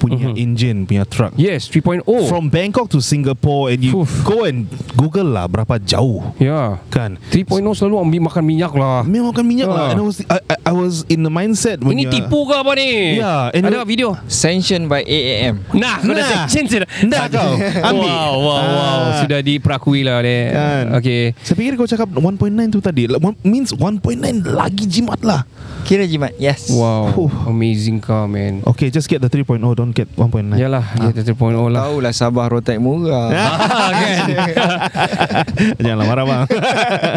punya mm-hmm. engine punya truck. Yes, oh. 3.0. From Bangkok to Singapore and you Oof. go and Google lah berapa jauh. Yeah. Kan. 3.0 selalu ambil makan minyak lah. Memang makan minyak lah. And I was I, I, I was in the mindset when Ini you're- tipu ke apa ni? Yeah, Ya, and Ada video? Sanctioned by AAM. Nah, kau dah Nah. section sudah. Dah kau. Ambil. Wow, wow, wow. Ah. Sudah diperakui lah dia. Kan. Okay. Saya fikir kau cakap 1.9 tu tadi Like, one- Means 1.9 lagi jimat lah Kira jimat. Yes. Wow, Huh. amazing car man. Okay just get the 3.0 Don't get 1.9 Yalah, dia 3.0 lah. Tahulah Sabah road tax Ya. murah. Janganlah lah, marah bang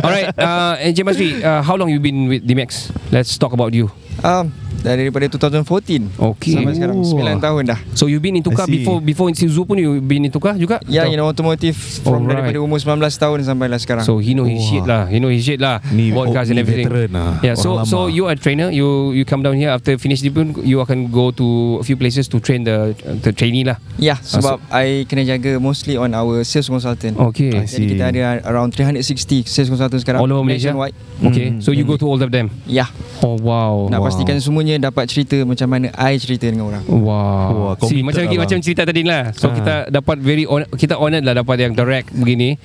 Alright, uh, and Encik Masri, uh, how long you been with DMX? Let's talk about you. um, daripada 2014 Okay. sampai sekarang Oh. 9 tahun dah. So you been into I car see. before before in Sizu pun you been into car juga? Ya, yeah, in automotive from Alright. daripada umur 19 tahun sampailah sekarang. So he know his Wah. shit lah. He know his shit lah. Ni- Bought oh, cars ni and everything. veteran lah. Yeah. So Orang so lama. you are a trainer. You you come down here after finish dia pun you akan go to a few places to train the the trainee lah. Ya, yeah, sebab I kena jaga mostly on our sales consultant. Ah, Okay. I see. Jadi kita ada around 360 sales consultant sekarang. All over Malaysia. Nationwide. Mm. Okay. So you go to all of them. Ya, yeah, Oh wow. nak pastikan semuanya dapat cerita macam mana I cerita dengan orang. Wow. Wah, See, macam committed lah, bang. macam cerita tadi lah. So Ah. kita dapat very on, kita honoured lah dapat yang direct begini.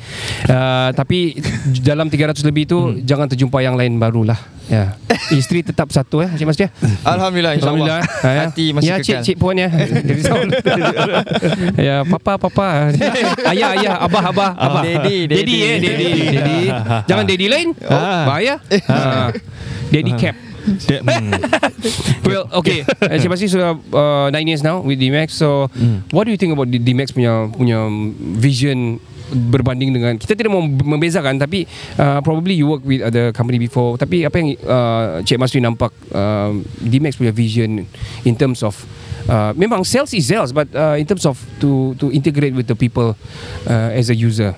Uh, tapi dalam 300 lebih tu jangan terjumpa yang lain barulah. Ya. Isteri tetap satu eh, Encik Mas dia. Alhamdulillah, Alhamdulillah. insyaAllah. Ha, ya. Hati masih ya, kekal. cik, cik puan ya. Jadi sound. ya, papa, papa. ayah, ayah, abah, abah, abah. Daddy, daddy. Daddy, eh, daddy, daddy. Jangan daddy lain. Oh, Ah. bahaya. Ha. Daddy cap. That, mm, Well, okay. Eh, Cik Basri sudah uh, 9 years now with DMX. So, what do you think about D- DMX punya punya vision berbanding dengan kita tidak mau membezakan tapi uh, probably you work with other company before tapi apa yang uh, Cik Masri nampak uh, DMX punya vision in terms of uh, memang sales is sales but uh, in terms of to to integrate with the people uh, as a user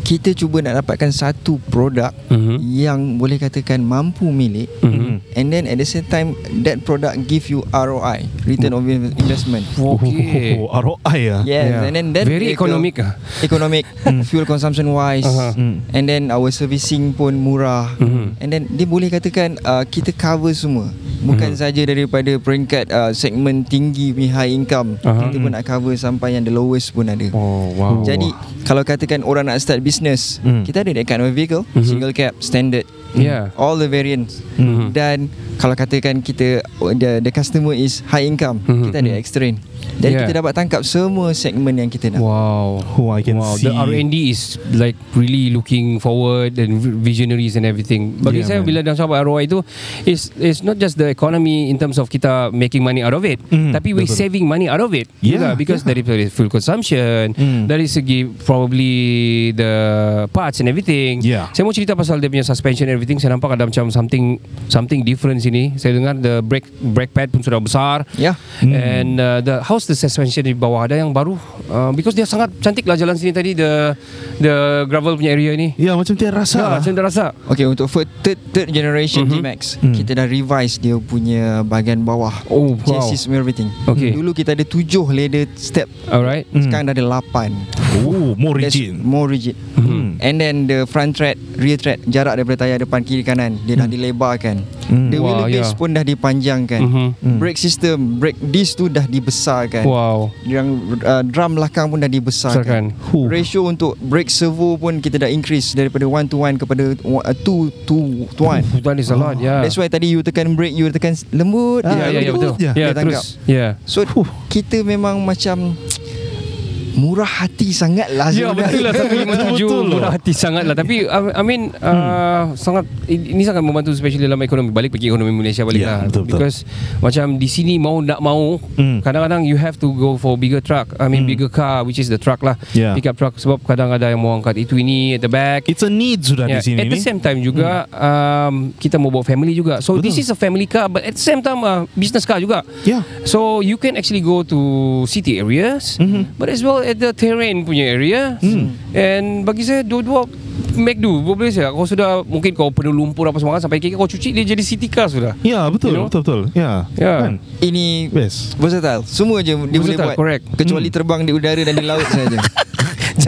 Kita cuba nak dapatkan satu produk Mhm. yang boleh katakan mampu milik Mhm. and then at the same time that product give you ROI, Mm. return of investment. okay oh, ROI ya Yes, Yeah. and then that Very vehicle- economic ah. Hmm. Uh-huh. economic, fuel consumption wise, Hmm. Aha. Mm. and then our servicing pun murah, Mhm. and then dia boleh katakan uh, kita cover semua, bukan Mm-hmm. saja daripada peringkat uh, segmen tinggi punya high income, Aha. kita pun nak cover sampai yang the lowest pun ada. oh wow Jadi kalau katakan orang nak start business, Mm. kita ada that kind of vehicle, single cab, standard, Mhm. yeah all the variants. Mhm. Dan kalau katakan kita oh, the, the customer is high income, Mhm. kita ada X-Train. Jadi Yeah. kita dapat tangkap semua segmen yang kita nak. Wow. Oh, I can wow. see. The R&D is like really looking forward and v- visionaries and everything. Bagi Yeah, saya man. bila dah sampai ROI itu is it's not just the economy in terms of kita making money out of it, Mm, tapi we betul. saving money out of it. Yeah, juga because dari dari fuel consumption, Mm. dari segi probably the parts and everything. Yeah. Saya mau cerita pasal dia punya suspension and everything. Saya nampak ada macam something something different sini. Saya dengar the brake brake pad pun sudah besar. Ya. And uh, the how's the suspension di bawah ada yang baru uh, because dia sangat cantik lah jalan sini tadi the the gravel punya area ni. Ya macam tiada Ya, rasa lah. macam dah rasa. Okay, untuk for third third generation Mhm. T-Max, kita dah revise dia punya bahagian bawah. Hmm. Oh, wow. Chassis and everything. Okay. Hmm. Dulu kita ada tujuh ladder step. Alright. Sekarang dah ada lapan. Oh more That's rigid Hmm. more rigid. Mhm. Hmm. And then the front tread, rear tread, jarak daripada tayar depan kiri kanan, dia dah dilebarkan. The Wah, wheelbase yeah. pun dah dipanjangkan. Mhm. Brake system, brake disc tu dah dibesarkan. Wow. Yang uh, drum belakang pun dah dibesarkan. Besarkan. Huh. Ratio untuk brake servo pun kita dah increase daripada 1 to 1 kepada 2 to 1. That is a lot. Yeah. That's why tadi you tekan brake, you tekan s- lembut. Yeah, je. yeah, yeah, Ah, ya, betul. Lembut je. Yeah, Dia terus. Yeah. So kita memang macam murah hati sangat lah Ya betul lah 157 Betul lah. Hmm. Murah hati sangat lah Tapi uh, I mean uh, Sangat i- Ini sangat membantu Especially dalam ekonomi Balik pergi ekonomi Malaysia balik Ya, lah betul-betul. Because Macam di sini Mau nak mau Hmm. Kadang-kadang you have to go for bigger truck I mean bigger car Which is the truck lah Ya. Pickup truck Sebab kadang ada yang mau angkat Itu ini At the back It's a need sudah Yeah, di sini at the ni Hmm. same time juga um, kita mau bawa family juga. So Betul. this is a family car but at the same time uh, business car juga. Yeah. So you can actually go to city areas mm-hmm. but as well at the terrain punya area. Hmm. Mm. And bagi saya dua-dua make do. Boleh saya kau sudah mungkin kau penuh lumpur apa semua kan, sampai kaki kau cuci dia jadi city car sudah. Ya betul You know? betul betul Ya Yeah. Kan? Ini Best Versatile Semua je dia Versatile, boleh buat correct. Hmm. Kecuali terbang di udara dan di laut saja Di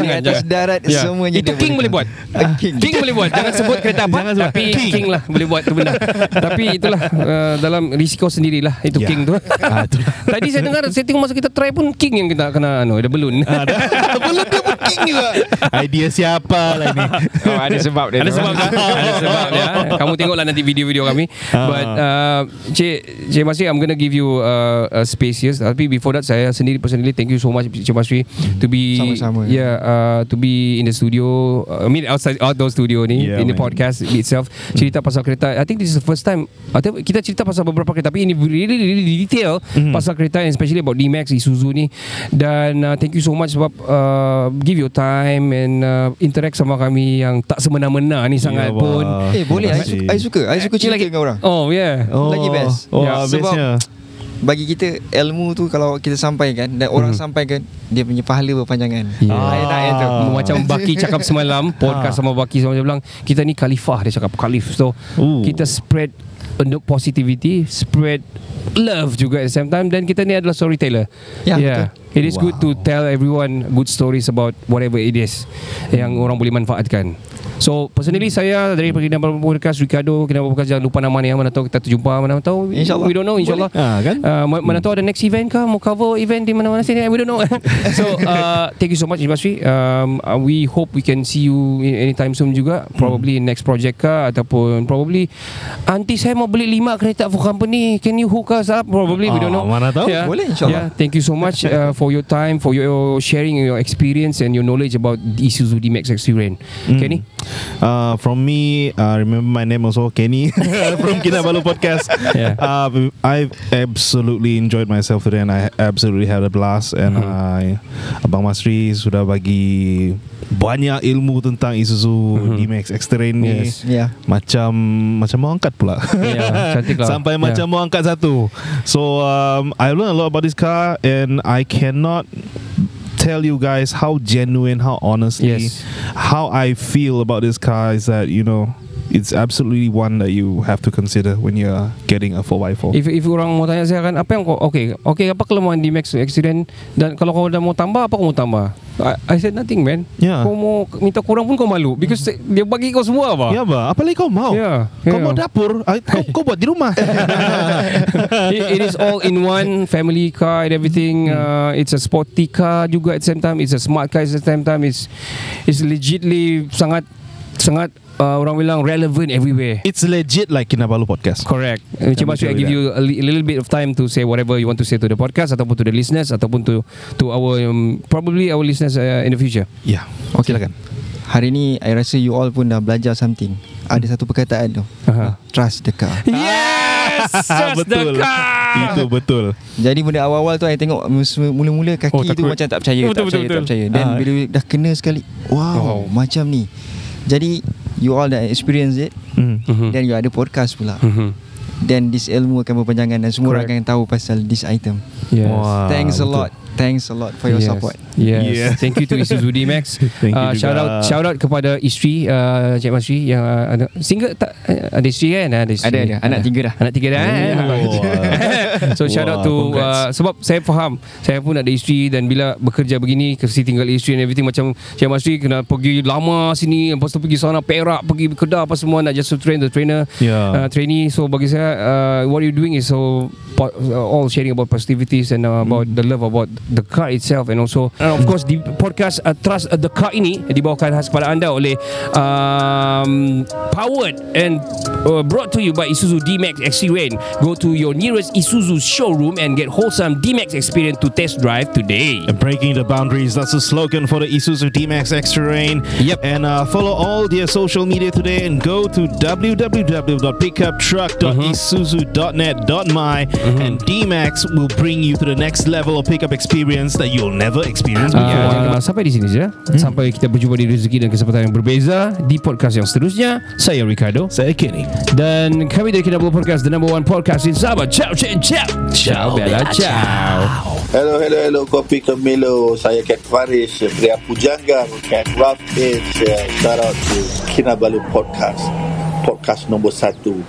atas darat semuanya Ya. Itu dia King boleh boleh buat Ah, King. boleh buat Jangan sebut kereta apa Jangan Tapi King. lah Boleh buat tu benda Tapi itulah uh, Dalam risiko sendirilah Itu Ya. King Ah, tu Tadi saya dengar Saya tengok masa kita try pun King yang kita kena anu, Dia balloon Balloon dia pun King juga Idea siapa lah ini Oh, ada sebab dia. Ada tu. sebab tak? Ada sebab dia Kamu tengoklah nanti video-video kami But uh, Cik Cik Masri I'm gonna give you uh, uh, Space yes Tapi before that Saya sendiri personally Thank you so much Cik Masri To be Sama-sama. Yeah uh, To be in the studio uh, I mean outside Outdoor studio ni Yeah, In the man. Hmm. podcast itself Cerita pasal kereta I think this is the first time I think Kita cerita pasal beberapa kereta Tapi ini really really detail Hmm. Mhm. Pasal kereta And especially about D-Max Isuzu ni Dan uh, thank you so much Sebab uh, Give your time And uh, interact sama kami Yang tak semena-mena ni sangat wah. pun Eh, boleh. I suka- I suka. I suka Eh, cerita lagi- dengan orang. Oh yeah Lagi best Ya, Sebab bagi kita ilmu tu kalau kita sampaikan dan orang Mhm. sampaikan dia punya pahala berpanjangan. Yeah. Saya nak yang tu. Macam Baki cakap semalam Ah. Podcast sama Baki semalam Dia bilang Kita ni khalifah Dia cakap khalif So Kita spread Untuk positivity Spread Love juga at the same time Dan kita ni adalah storyteller Ya, betul. It is good to tell everyone Good stories about Whatever it is Yang orang boleh manfaatkan So personally saya dari Kinabalu Podcast Ricardo Kinabalu Podcast jangan lupa nama ni mana tahu kita terjumpa mana tahu InsyaAllah. we don't know insyaallah Boleh. Ah, kan? Uh, ma- mana tahu ada next event ke mau cover event di mana-mana sini we don't know so uh, thank you so much Ibasri um, uh, we hope we can see you in- anytime soon juga Hmm. probably in next project ke ataupun probably aunty saya mau beli lima kereta for company can you hook us up probably we don't Ah, know mana tahu. Boleh, yeah, insyaAllah. thank you so much uh, for your time for your sharing your experience and your knowledge about the Isuzu D-Max X-Terrain Hmm. Kenny Uh, from me, uh, remember my name also, Kenny from Kinabalu Podcast. Yeah. Uh, I've absolutely enjoyed myself today, and I absolutely had a blast. And I, Abang Masri sudah bagi banyak ilmu tentang Isuzu D-Max X-Terrain ni. Yes. Yeah. Macam macam mau angkat pula. Yeah, cantik lah. Sampai Yeah. macam mau angkat satu. So um, I learned a lot about this car, and I cannot tell you guys how genuine, how honestly Yes. how I feel about this car is that you know it's absolutely one that you have to consider when you're getting a 4x4. If if orang mau tanya saya kan apa yang kau okay okay apa kelemahan di Max accident dan kalau kau dah mau tambah apa kau mau tambah? I, I said nothing man. Yeah. Kau mau minta kurang pun kau malu because dia bagi kau semua apa? Ya bah, apa lagi kau mau? Yeah, Kau yeah. mau dapur, ah, kau, kau buat di rumah. it, it is all in one family car and everything. Uh, it's a sporty car juga at the same time. It's a smart car at the same time. It's it's legitly sangat sangat uh, orang bilang relevant everywhere. It's legit like Kinabalu podcast. Correct. Macam Let me Masri, I tell give that. you a, li- a little bit of time to say whatever you want to say to the podcast ataupun to the listeners ataupun to to our um, probably our listeners uh, in the future. Yeah. Okey lah kan. Hari ni I rasa you all pun dah belajar something. Ada satu perkataan tu. Uh-huh. Trust the car. Yes, just the car. Ah, Itu betul. Jadi benda awal-awal tu I tengok mus- mula-mula kaki Oh, oh, tu takut. macam tak percaya, Betul, tak percaya, betul, betul. tak percaya. Dan Ah. Oh. bila dah kena sekali, wow, macam ni. Jadi you all dah experience it. Hmm. Mm. Mm-hmm. Then you ada podcast pula. Hmm. Mhm. Then this ilmu akan berpanjangan dan semua orang akan Correct. tahu pasal this item. Yes. Wah, Thanks Ah, a betul. lot. Thanhanks a lot for your yes. support. Yes. Yeah. Thank you to Isuzu D-Max. Thank you uh, shout juga. out shout out kepada isteri uh, Cik Masri yang uh, ada single tak uh, ada isteri kan? Ada isteri. Ada, ada. Anak tiga dah. Anak tiga dah. Oh. eh? so shout out Wah, to congrats. uh, sebab saya faham saya pun ada isteri dan bila bekerja begini kasi tinggal isteri and everything macam Cik Masri kena pergi lama sini lepas tu pergi sana Perak pergi Kedah apa semua nak just to train the trainer Yeah. uh, trainee so bagi saya uh, what you doing is so po- uh, all sharing about positivities and uh, about the love about the car itself and also Hmm. and of course the podcast uh, trust uh, the car ini dibawakan khas kepada anda oleh um, powered and uh, brought to you by Isuzu D-Max X-Terrain go to your nearest Isuzu showroom and get wholesome D-Max experience to test drive today Breaking the boundaries, that's the slogan for the Isuzu D-Max X-Terrain. Yep. And uh, follow all their social media today and go to www.pickuptruck.isuzu.net.my and D-Max will bring you to the next level of pickup experience that you'll never experience before. Uh, sampai di sini saja. Sampai kita berjumpa di rezeki dan kesempatan yang berbeza di podcast yang seterusnya. Saya Ricardo. Saya Kenny. Dan kami dari Kinabalu Podcast, the number one podcast in Sabah. Ciao, ciao, ciao. Ciao, Bella, ciao. Hello, hello, hello. Kopi Kemilo. Saya Kat Farish. Pria Pujanggang. Kat Rafiz. Shout out to Kinabalu Podcast. Podcast nombor satu.